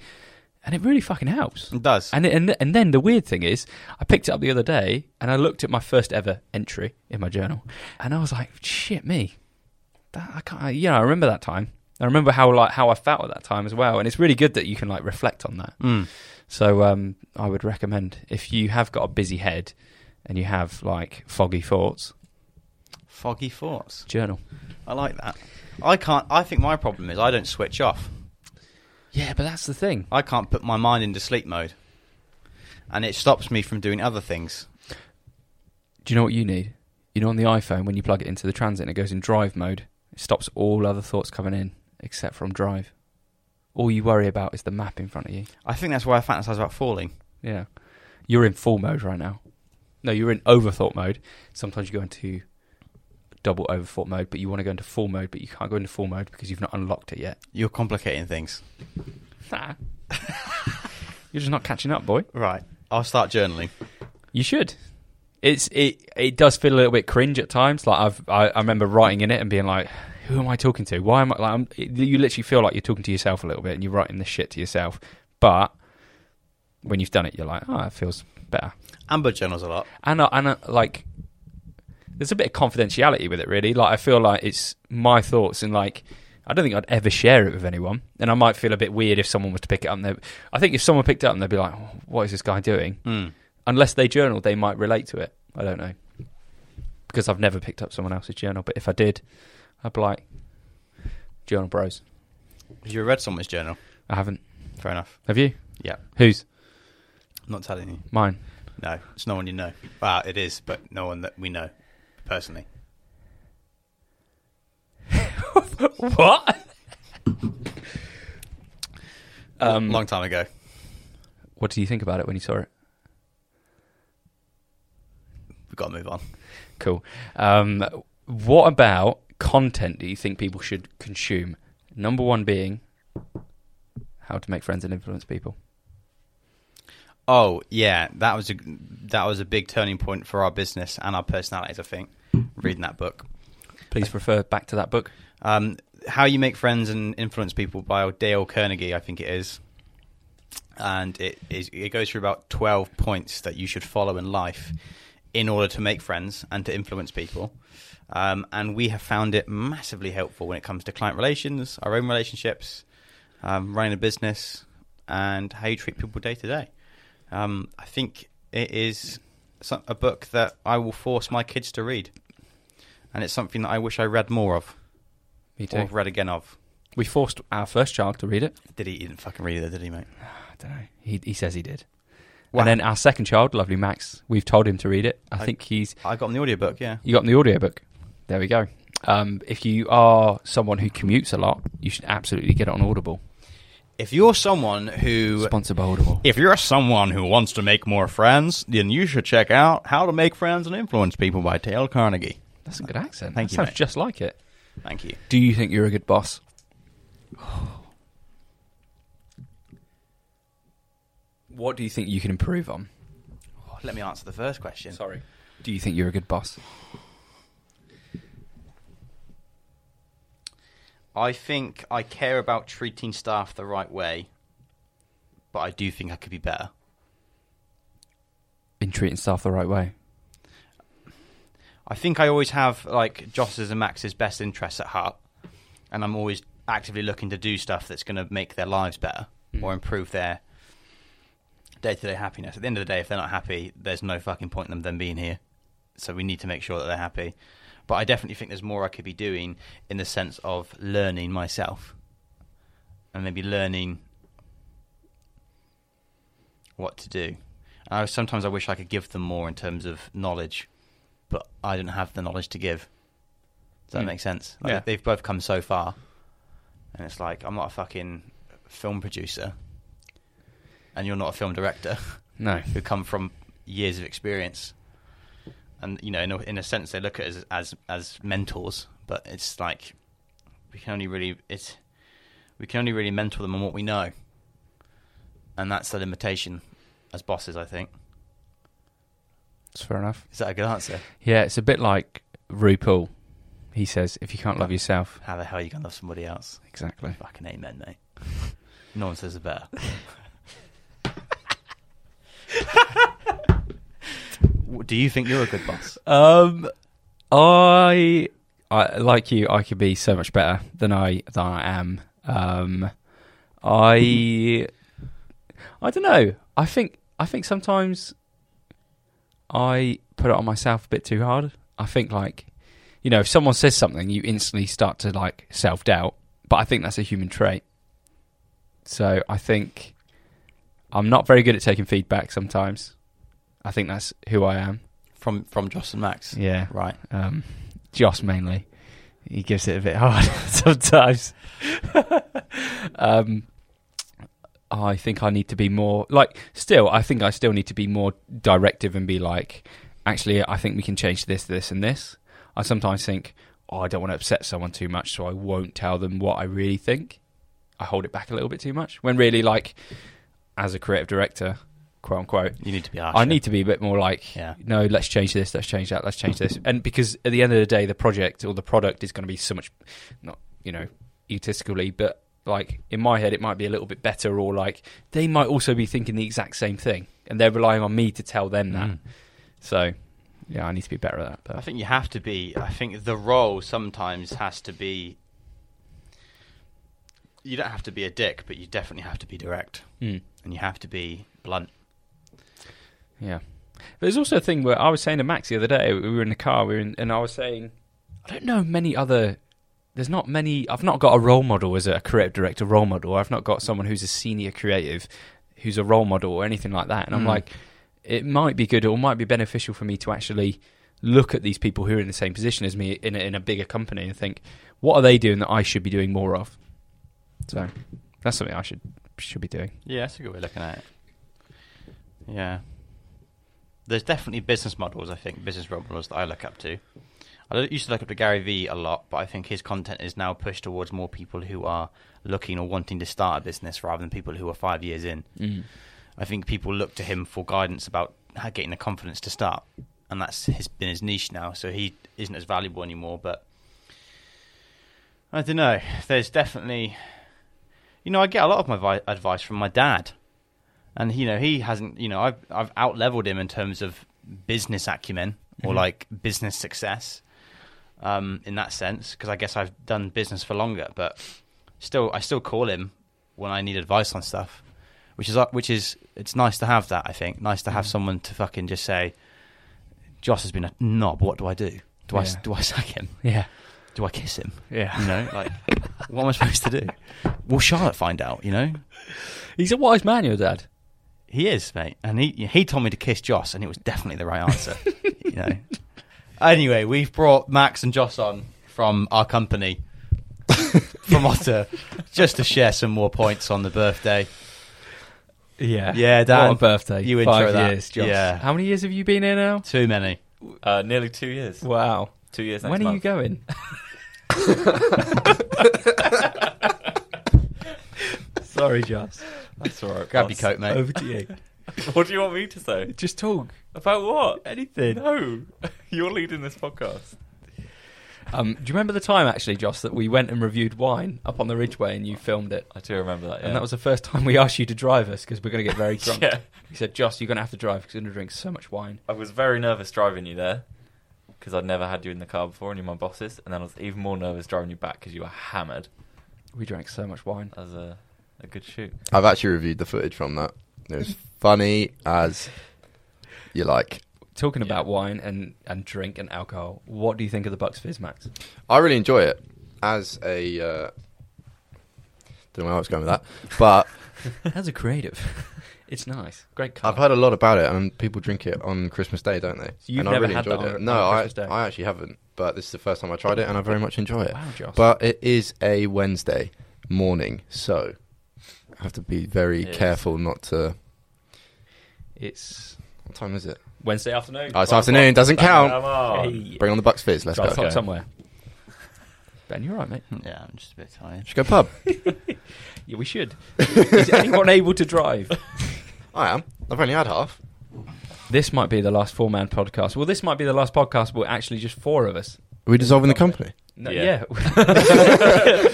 and it really fucking helps.
It does.
And, and and then the weird thing is, I picked it up the other day and I looked at my first ever entry in my journal, and I was like, "Shit, me, that I can't." I, yeah, I remember that time. I remember how like how I felt at that time as well, and it's really good that you can like reflect on that.
Mm.
So um, I would recommend if you have got a busy head and you have like foggy thoughts,
Foggy thoughts.
journal.
I like that. I can't. I think my problem is I don't switch off.
Yeah, but that's the thing.
I can't put my mind into sleep mode, and it stops me from doing other things.
Do you know what you need? You know, on the iPhone, when you plug it into the transit and it goes in drive mode, it stops all other thoughts coming in except from drive. All you worry about is the map in front of you.
I think that's why I fantasize about falling.
Yeah. You're in full mode right now. No, you're in overthought mode. Sometimes you go into double overthought mode, but you want to go into full mode, but you can't go into full mode because you've not unlocked it yet.
You're complicating things.
[LAUGHS] you're just not catching up, boy.
Right. I'll start journaling.
You should. It's it. It does feel a little bit cringe at times. Like I've, I, I remember writing in it and being like, "Who am I talking to? Why am I?" Like, I'm, you literally feel like you're talking to yourself a little bit, and you're writing this shit to yourself. But when you've done it, you're like, "Oh, it feels better."
Amber journals a lot.
And I, and I, like, there's a bit of confidentiality with it, really. Like I feel like it's my thoughts, and like I don't think I'd ever share it with anyone. And I might feel a bit weird if someone was to pick it up. And they- I think if someone picked it up, and they'd be like, "Oh, "What is this guy doing?"
Mm.
unless they journal, they might relate to it. I don't know because I've never picked up someone else's journal. But if I did, I'd be like, "Journal Bros."
Have you read someone's journal?
I haven't.
Fair enough.
Have you?
Yeah.
Whose?
I'm not telling you.
Mine.
No, it's no one you know. Well, it is, but no one that we know personally.
what?
Um, long time ago.
What do you think about it when you saw it?
We've got to move on.
Cool. Um, what about content do you think people should consume? Number one being how to make friends and influence people.
Oh yeah, that was a that was a big turning point for our business and our personalities. I think reading that book,
Please refer back to that book.
um, how you make friends and influence people by Dale Carnegie, I think it is, and it is it goes through about twelve points that you should follow in life in order to make friends and to influence people. Um, and we have found it massively helpful when it comes to client relations, our own relationships, um, running a business, and how you treat people day to day. Um, I think it is so- a book that I will force my kids to read, and it's something that I wish I read more of
Me
or
too.
read again of.
We forced our first child to read it.
Did he, he didn't fucking read it, did he, mate?
I don't know. He, he says he did.
Wow.
And then our second child, lovely Max, we've told him to read it. I,
I-
think he's.
I got him the audiobook, yeah.
You got him the audiobook. There we go. Um, if you are someone who commutes a lot, you should absolutely get it on Audible.
If you're someone who
Sponsored by Audible.
if you're someone who wants to make more friends, then you should check out How to Make Friends and Influence People by Dale Carnegie.
That's a good accent.
Thank
that
you,
Sounds
mate.
just like it.
Thank you.
Do you think you're a good boss? [SIGHS] What do you think you can improve on?
Oh, let me answer the first question.
Sorry. Do you think you're a good boss?
I think I care about treating staff the right way, but I do think I could be better.
In treating staff the right way.
I think I always have like Joss's and Max's best interests at heart, and I'm always actively looking to do stuff that's going to make their lives better. or improve their day to day happiness. At the end of the day, if they're not happy, there's no fucking point in them, them being here. So we need to make sure that they're happy. But I definitely think there's more I could be doing in the sense of learning myself and maybe learning what to do. I, sometimes I wish I could give them more in terms of knowledge, but I don't have the knowledge to give. Does that
Hmm.
make sense? Like,
Yeah.
They've both come so far, and it's like I'm not a fucking film producer, and you're not a film director
No.
who come from years of experience. And you know, in a, in a sense, they look at us as, as mentors, but it's like we can only really it's we can only really mentor them on what we know, and that's the limitation as bosses. I think
It's fair enough.
is that a good answer?
Yeah, it's a bit like RuPaul. He says, if you can't love yourself.
How the hell are you gonna love somebody else?
Exactly.
Fucking amen, mate. No one says it better. W- Do you think you're a good boss?
Um, I, I like you. I could be so much better than I than I am. Um, I, I don't know. I think I think sometimes I put it on myself a bit too hard. I think like, you know, if someone says something, you instantly start to like self doubt. But I think that's a human trait. So I think I'm not very good at taking feedback sometimes. I think that's who I am.
From from Joss and Max.
Yeah
Right.
um, Joss mainly. He gives it a bit hard [LAUGHS] sometimes. [LAUGHS] um, I think I need to be more like. Still, I think I still need to be more directive and be like, actually, I think we can change this, this, and this. I sometimes think, oh, I don't want to upset someone too much, so I won't tell them what I really think. I hold it back a little bit too much. When really, like, as a creative director, quote unquote,
You need to be harsher.
I need to be a bit more like,
Yeah.
no, let's change this, let's change that, let's change this. And because at the end of the day, the project or the product is going to be so much, not, you know, egotistically, but like in my head, it might be a little bit better or like they might also be thinking the exact same thing and they're relying on me to tell them that.
Mm.
So, yeah, I need to be better at that. But
I think you have to be. I think the role sometimes has to be. You don't have to be a dick, but you definitely have to be direct,
Mm,
and you have to be blunt.
yeah. There's also a thing where I was saying to Max the other day, we were in the car, we were in, and I was saying, I don't know many other. There's not many. I've not got a role model as a creative director role model. I've not got someone who's a senior creative, who's a role model or anything like that. And I'm
Mm.
like, it might be good or might be beneficial for me to actually look at these people who are in the same position as me in a, in a bigger company and think, what are they doing that I should be doing more of? So that's something I should should be doing.
Yeah, that's a good way of looking at it. Yeah. There's definitely business models, I think, business role models that I look up to. I lo- used to look up to Gary Vee a lot, but I think his content is now pushed towards more people who are looking or wanting to start a business rather than people who are five years in.
Mm.
I think people look to him for guidance about how getting the confidence to start, and that's his, been his niche now. So he isn't as valuable anymore. But I don't know. There's definitely, you know, I get a lot of my vi- advice from my dad, and you know, he hasn't. You know, I've I've out leveled him in terms of business acumen or
Mhm.
like business success, um, in that sense. Because I guess I've done business for longer, but still, I still call him when I need advice on stuff which is uh, which is it's nice to have that. I think nice
Mm.
to have someone to fucking just say, Joss has been a knob. What do I do? Do I
Yeah.
do I sack him?
Yeah,
Do I kiss him?
yeah.
You know, like what am I supposed to do? Will Charlotte find out? You know,
he's a wise man, your dad.
he is mate, and he he told me to kiss Joss, and it was definitely the
[LAUGHS]
right answer. you know. Anyway, we've brought Max and Joss on from our company, [LAUGHS] from Otter, just to share some more points on the birthday.
Yeah.
Yeah, Dan,
What a birthday.
you
Five
intro that.
years, Josh.
Yeah.
How many years have you been here now?
Too many.
Uh, nearly two years.
Wow.
Two years. Next
when are you
month. [LAUGHS]
going? Sorry, Josh.
That's all right.
Grab
boss.
your coat, mate.
Over to you.
[LAUGHS] What do you want me to say
Just talk.
about what?
Anything.
No, [LAUGHS] you're leading this podcast.
Um, do you remember the time, actually, Josh, that we went and reviewed wine up on the Ridgeway and you filmed it?
I do remember that. Yeah.
And that was the first time we asked you to drive us because we're going to get very drunk.
Yeah.
We said, Josh, you're going to have to drive because we're going to drink so much wine.
I was very nervous driving you there because I'd never had you in the car before, and you're my bosses. And then I was even more nervous driving you back because you were hammered.
We drank so much wine.
As a a good shoot.
I've actually reviewed the footage from that. It was funny as you like.
Talking
Yeah.
about wine and, and drink and alcohol, what do you think of the Bucks Fizz Max?
[LAUGHS]
I really enjoy it as a. Uh, don't know where I was going with that, but
As a creative, [LAUGHS] it's nice. Great colour.
I've heard a lot about it, and people drink it on Christmas Day, don't they?
So you've
and I
never
really
had that
enjoyed
on-
it. No,
on
I,
Christmas Day?
I actually haven't, but this is the first time I tried it, and I very much enjoy it.
Wow, Josh.
But it is a Wednesday morning, so I have to be very
Yes.
careful not to.
it's
What time is it?
Wednesday afternoon.
Oh, it's
Five
afternoon. Doesn't
Come
count.
on.
Hey.
Bring on the Bucks Fizz. Let's
o'clock. Drive
go.
home somewhere. Ben, you're right, mate.
Yeah, I'm just a bit tired.
Hmm. Should go pub.
[LAUGHS] Yeah, we should. Is anyone able to drive?
I am. I've only had half.
This might be the last four man podcast. Well, this might be the last podcast, but actually just four of us.
Are we dissolving the company?
No, yeah.
Yeah.
[LAUGHS]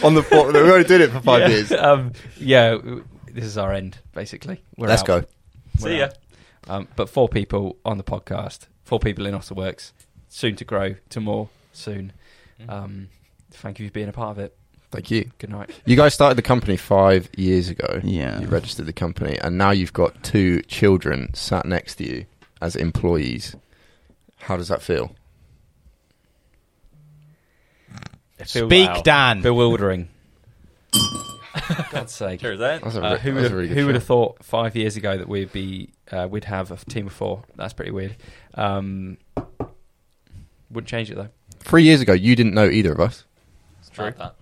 on the four, we already did it for five
Yeah,
years.
Um, yeah, w- this is our end, basically. We're
Let's
out.
go.
We're
See ya.
out. Um, but four people on the podcast, four people in Otterworks, soon to grow to more soon. Um, thank you for being a part of it.
Thank you.
Good night.
You guys started the company five years ago.
Yeah.
You registered the company, and now you've got two children sat next to you as employees. How does that feel?
feels-
Speak,
Wow.
Dan.
Bewildering.
[LAUGHS]
God's sake.
Cheers, eh?
That's a,
Uh,
re-
who
that's
would have,
a really good
who would
show.
have thought five years ago that we'd be uh, we'd have a f- team of four? That's pretty weird. Um, wouldn't change it though.
Three years ago, you didn't know either of us.
It's true. That.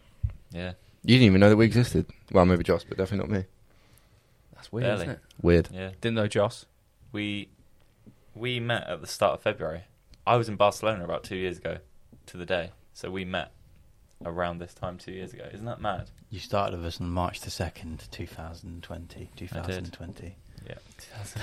Yeah.
You didn't even know that we existed. Well, maybe Josh, but definitely not me.
That's weird,
Barely.
isn't it?
Weird.
Yeah.
Didn't know Joss.
We we met at the start of February. I was in Barcelona about two years ago, to the day. So we met around this time two years ago. Isn't that mad?
You started with us on March the 2nd, 2020. 2020.
[LAUGHS] Yeah.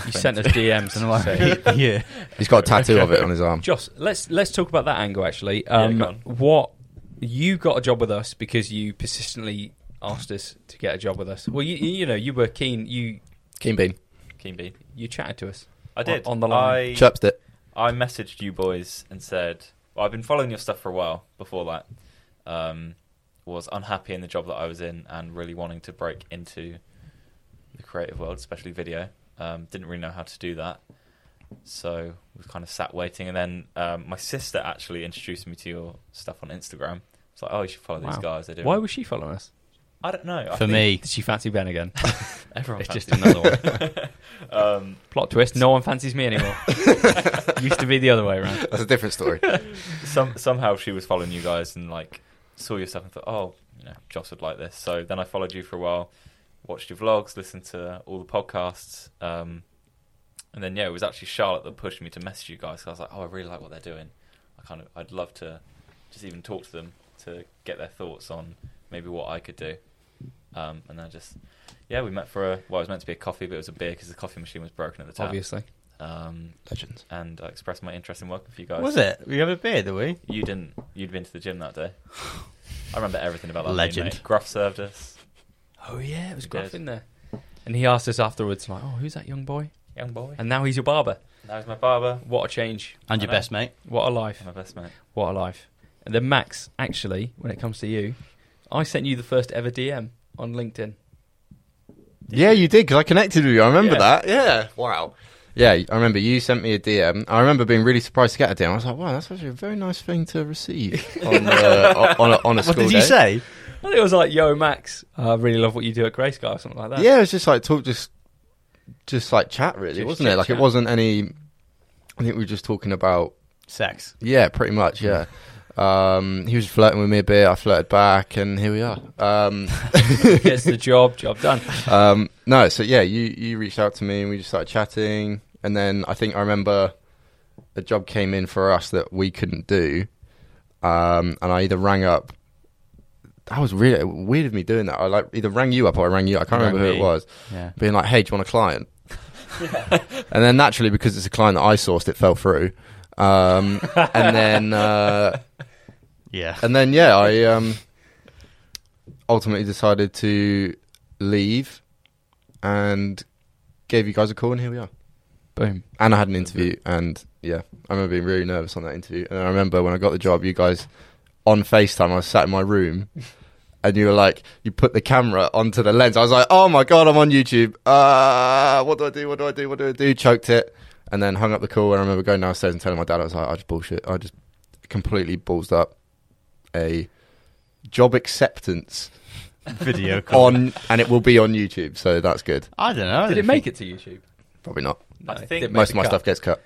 You sent us DMs
Don't know
[LAUGHS]
why.
and
[LAUGHS]
said,
yeah.
He's got a tattoo of it on his
[LAUGHS]
arm.
Joss, let's let's talk about that angle actually.
Yeah,
Um,
go on.
what you got a job with us because you persistently asked us to get a job with us. Well, you you you know you were keen. You
Keen Bean.
Keen Bean.
you chatted to us.
I
On-
did.
on the line.
I,
Chirped it.
I messaged you boys and said, well, I've been following your stuff for a while before that. Um, was unhappy in the job that I was in and really wanting to break into the creative world, especially video. Um, didn't really know how to do that. So we kind of sat waiting. And then um, my sister actually introduced me to your stuff on Instagram. It's like, oh, you should follow these
Wow.
guys. They do.
Why was she following us?
I don't know. I
For
think
me.
Did she fancy Ben again?
[LAUGHS] everyone
it's
fancies
just another
them. [LAUGHS] um,
Plot twist: No one fancies me
[LAUGHS]
anymore. [LAUGHS] Used to be the other way around.
That's a different story.
[LAUGHS] some somehow she was following you guys and like saw your stuff and thought, oh, you know, Joss would like this. So then I followed you for a while, watched your vlogs, listened to all the podcasts, um, and then yeah, it was actually Charlotte that pushed me to message you guys. 'cause I was like, oh, I really like what they're doing. I kind of, I'd love to just even talk to them to get their thoughts on maybe what I could do. Um, and I just, yeah, we met for a well, it was meant to be a coffee, but it was a beer because the coffee machine was broken at the time.
Obviously.
Um,
Legends.
and I expressed my interest in working for you guys.
Was it? We have a beer, do we?
You didn't. You'd been to the gym that day. I remember everything about that.
Legend.
Legend. Gruff served us.
Oh yeah, it was
He
Gruff
did.
in there. And he asked us afterwards, like, "Oh, who's that young boy?"
Young boy. And
And now he's your barber.
that was my barber.
What a change!
And your
I know.
best mate.
What a life!
My best mate.
What a life! And then Max, actually, when it comes to you, I sent you the first ever DM on LinkedIn.
Yeah, you did because I connected with you. I remember
Yeah.
that. Yeah. Wow. Yeah, I remember you sent me a DM. I remember being really surprised to get a DM. I was like, "Wow, that's actually a very nice thing to receive on, uh, on a, on a school
What did you
day.
say?
I think it was like, "Yo, Max, uh, I really love what you do at Grey Sky" or something like that.
Yeah, it was just like talk, just just like chat, really,
Just
wasn't it? Like
chit-chat.
it wasn't any. I think we were just talking about
Sex.
yeah, pretty much yeah. Um, he was flirting with me a bit. I flirted back, and here we are. Um,
gets the job, job
[LAUGHS]
done.
um, no, so yeah, you you reached out to me and we just started chatting, and then I think I remember a job came in for us that we couldn't do, um, and I either rang up. That was really weird of me doing that. I like either rang you up or I rang you. I can't
You rang
remember
me.
who it was.
Yeah.
Being like, "Hey, do you want a client?" and then naturally, because it's a client that I sourced, it fell through. Um, and then. Uh,
Yeah.
and then yeah, I um, ultimately decided to leave and gave you guys a call, and here we are.
Boom.
And I had an interview, and yeah, I remember being really nervous on that interview. And I remember when I got the job, you guys on Facetime, I was sat in my room. and you were like, you put the camera onto the lens. I was like, oh my god, I'm on YouTube. Uh, what do I do? What do I do? What do I do? Choked it, and then hung up the call. And I remember going downstairs and telling my dad, I was like, I just bullshit. I just completely ballsed up a job acceptance
[LAUGHS]
[LAUGHS]
video
on, and it will be on YouTube. So that's good.
I don't know.
Did it make it to YouTube?
Probably not.
I think
didn't make the
Most of my
cut.
stuff gets cut.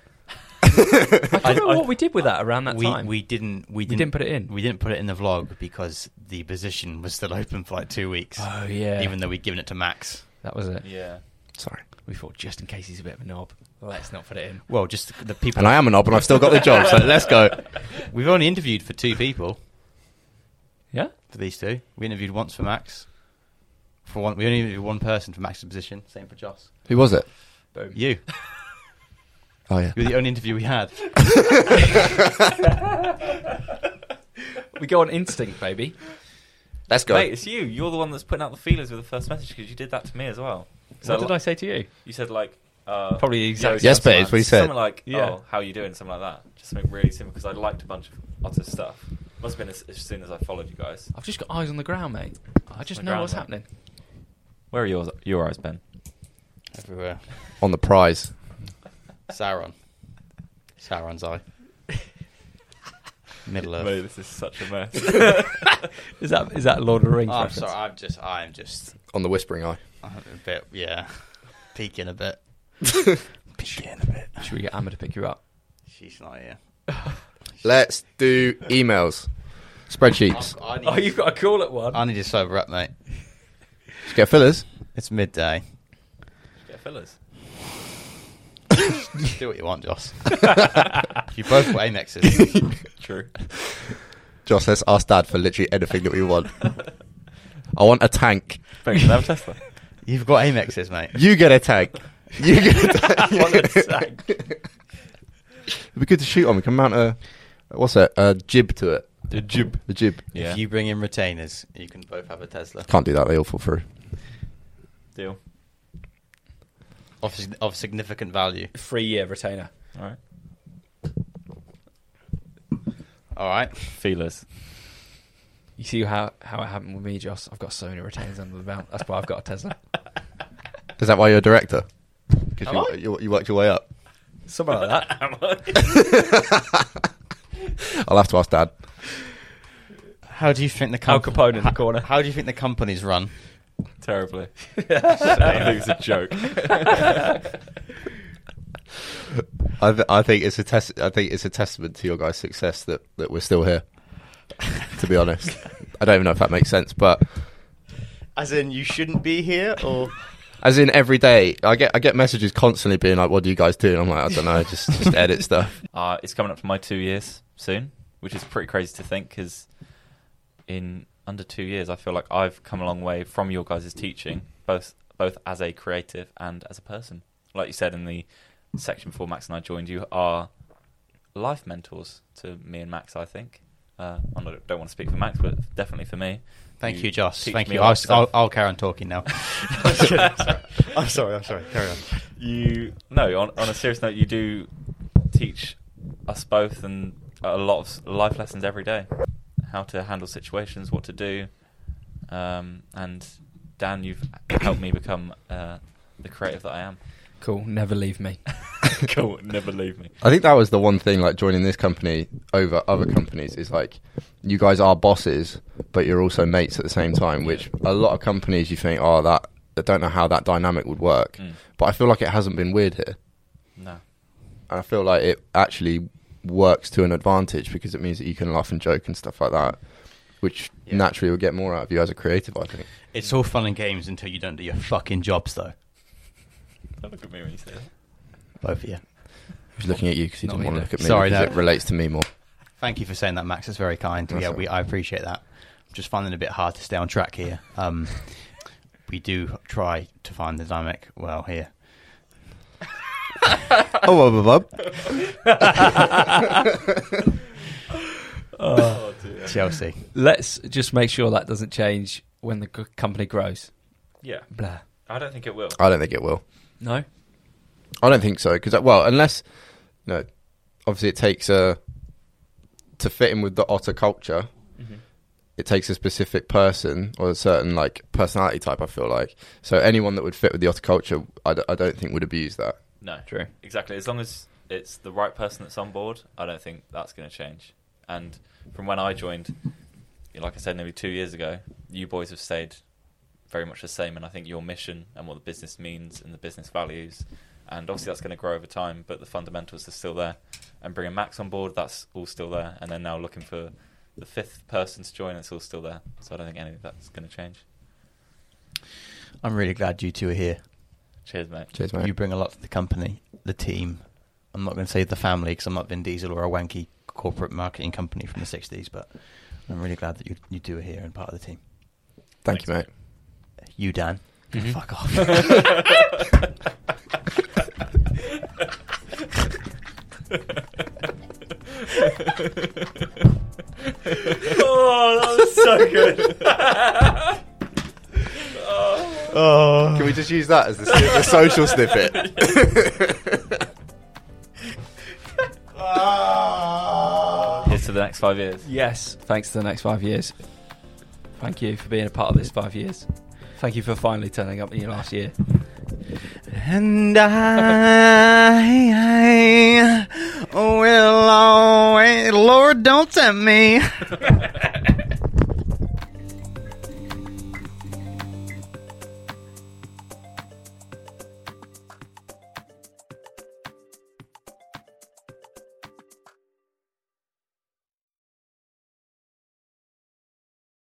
[LAUGHS] I don't know
I-
what we did with that around that
We,
time.
we didn't we didn't,
didn't put it in.
We didn't put it in the vlog because the position was still open for like two weeks.
oh yeah,
Even though we'd given it to Max.
that was it.
Yeah.
Sorry.
We thought just in case he's a bit of a knob, let's not put it in.
Well, just the, the people.
And I am a knob, and I've still got the
[LAUGHS]
job. So let's go.
We've only interviewed for two people
Yeah,
for these two. We interviewed once for Max. For one, we only interviewed one person for Max's position. Same for Joss.
Who was it?
boom.
You.
Oh yeah.
You're the only interview we
[LAUGHS]
had.
We go on instinct, baby.
Let's go.
Mate, it's you. You're the one that's putting out the feelers with the first message because you did that to me as well. So
what did I
like,
say to you?
You said like. Uh,
Probably the
yo,
exact
Yes,
something
babe,
like-
we said.
Something like,
Yeah.
oh, how you doing? Something like that. Just something really simple because I liked a bunch of Otter's stuff. Must have been as, as soon as I followed you guys.
I've just got eyes on the ground, mate. I just
On the
know
ground,
what's
mate.
[LAUGHS]
happening.
Where are yours, your eyes, Ben?
Everywhere.
On the prize.
Sauron. Sauron's eye. Middle
Mate,
Earth.
this is such a [LAUGHS]
[LAUGHS]
mess.
Is that is that Lord of the Rings?
Oh, I'm
reference?
sorry. I'm just. I'm just.
On the whispering eye.
[LAUGHS] I'm a bit. Yeah. Peeking
[LAUGHS]
a bit. Peeking a bit.
Should we get Amma to pick you [LAUGHS] up?
She's not here.
Oh,
Let's do emails, spreadsheets.
I need,
Oh, you've got a call at one.
I need to sober up, mate.
Let's get fillers.
[LAUGHS]
It's midday.
Get fillers.
[LAUGHS] Do what you want, Joss. you both were Amexes.
[LAUGHS]
[LAUGHS]
True.
Josh, let's ask Dad for literally anything that
[LAUGHS]
we want. I want a tank.
Thanks for that, [LAUGHS] Tesla.
You've got Amexes, mate.
You get a tank. You get a
[LAUGHS]
tank.
I want a tank.
It'd be good to shoot on. We can mount a what's that? A jib to it.
The jib.
A jib.
Yeah.
If you bring in retainers, you can both have a Tesla.
Can't do that. They all fall through.
Deal.
Of, sig- of significant value.
Free year retainer.
All right.
All right.
Feelers.
You see how how it happened with me, Joss. I've got so many retainers under the belt. That's why I've got a Tesla.
[LAUGHS] Is that why you're a director? Because
Am I?
you, you, you worked your way up.
[LAUGHS]
[LAUGHS]
Something like that.
Am I? [LAUGHS]
I'll have to ask Dad.
How do you think the
Al Capone
company?
in the corner.
How do you think the companies run?
[LAUGHS] Terribly. I think it's a joke.
I, th- I think it's a test. I think it's a testament to your guys' success that, that we're still here. to be honest, I don't even know if that makes sense, but
[LAUGHS] As in, you shouldn't be here, or
as in every day, I get I get messages constantly being like, "What do you guys do?" And I'm like, "I don't know, just just edit stuff."
[LAUGHS] Uh, it's coming up for my two years soon, which is pretty crazy to think because in under two years, I feel like I've come a long way from your guys' teaching, both both as a creative and as a person. Like you said in the section before Max and I joined, you are life mentors to me and Max. I think. Uh, I don't- don't want to speak for Max, but definitely for me.
thank you, Josh.
teach
Thank
me
you.
a lot
I'll,
of stuff.
I'll, I'll carry on talking
[LAUGHS]
now. I'm sorry. Oh. I'm sorry. I'm sorry. Carry on.
you no on, on a serious note you do teach us both and a lot of s- life lessons every day how to handle situations what to do um, and dan you've helped me become uh, the creative that i
[LAUGHS]
am
Cool. Never leave [LAUGHS] me.
cool never leave me
I think that was the one thing like joining this company over other companies is like you guys are bosses, but you're also mates at the same time. Which a lot of companies you think, "Oh, that I don't know how that dynamic would work,"
Mm.
but I feel like it hasn't been weird here.
no
and I feel like it actually works to an advantage because it means that you can laugh and joke and stuff like that, which
Yeah.
naturally will get more out of you as a creative. I think.
It's all fun and games until you don't do your fucking jobs, though.
don't look at me when you say that
Both of you.
He's looking at you because he
Not
didn't
me,
want to
no.
look at me.
Sorry,
because
no.
it relates to me more.
Thank you for saying that, Max. That's very kind.
That's
yeah,
all right.
we, I appreciate that. I'm just finding it a bit hard to stay on track here. Um, [LAUGHS] we do try to find the dynamic well here.
[LAUGHS] oh, bub, bub, bub.
[LAUGHS]
oh.
oh
[LAUGHS]
dear
Chelsea.
Let's just make sure that doesn't change when the c- company grows.
yeah
Blah.
i don't think it will
I don't think it will.
No.
I don't think so because well, unless no,
Mm-hmm.
obviously it takes a to fit in with the otter culture. it takes a specific person or a certain like personality type. I feel like so anyone that would fit with the horticulture, I, d- I don't think would abuse that.
No,
True.
Exactly. As long as it's the right person that's on board, I don't think that's going to change. And from when I joined, like I said, maybe two years ago, you boys have stayed very much the same. And I think your mission and what the business means and the business values, and obviously that's going to grow over time, but the fundamentals are still there. And bringing Max on board, that's all still there. And then now looking for the fifth person to join, it's all still there. So I don't think any of that's going to change.
I'm really glad you two are here.
Cheers, mate.
Cheers, mate.
You bring a lot to the company, the team. I'm not going to say the family because I'm not Vin Diesel or a wanky corporate marketing company from the 60s, but I'm really glad that you, you two are here and part of the team.
Thank you, mate.
Thanks.
You, Dan.
Mm-hmm.
Mhm.
Fuck
Oh,
off.
[LAUGHS] oh, that was so
[LAUGHS]
good.
oh.
Can we just use that as the, sni- the
[LAUGHS]
social snippet?
Here's to the next five years.
Yes. Thanks to the next five years. Thank you for being a part of this five years. Thank you for finally turning up in your last year.
And I, will always. Lord, don't tempt me.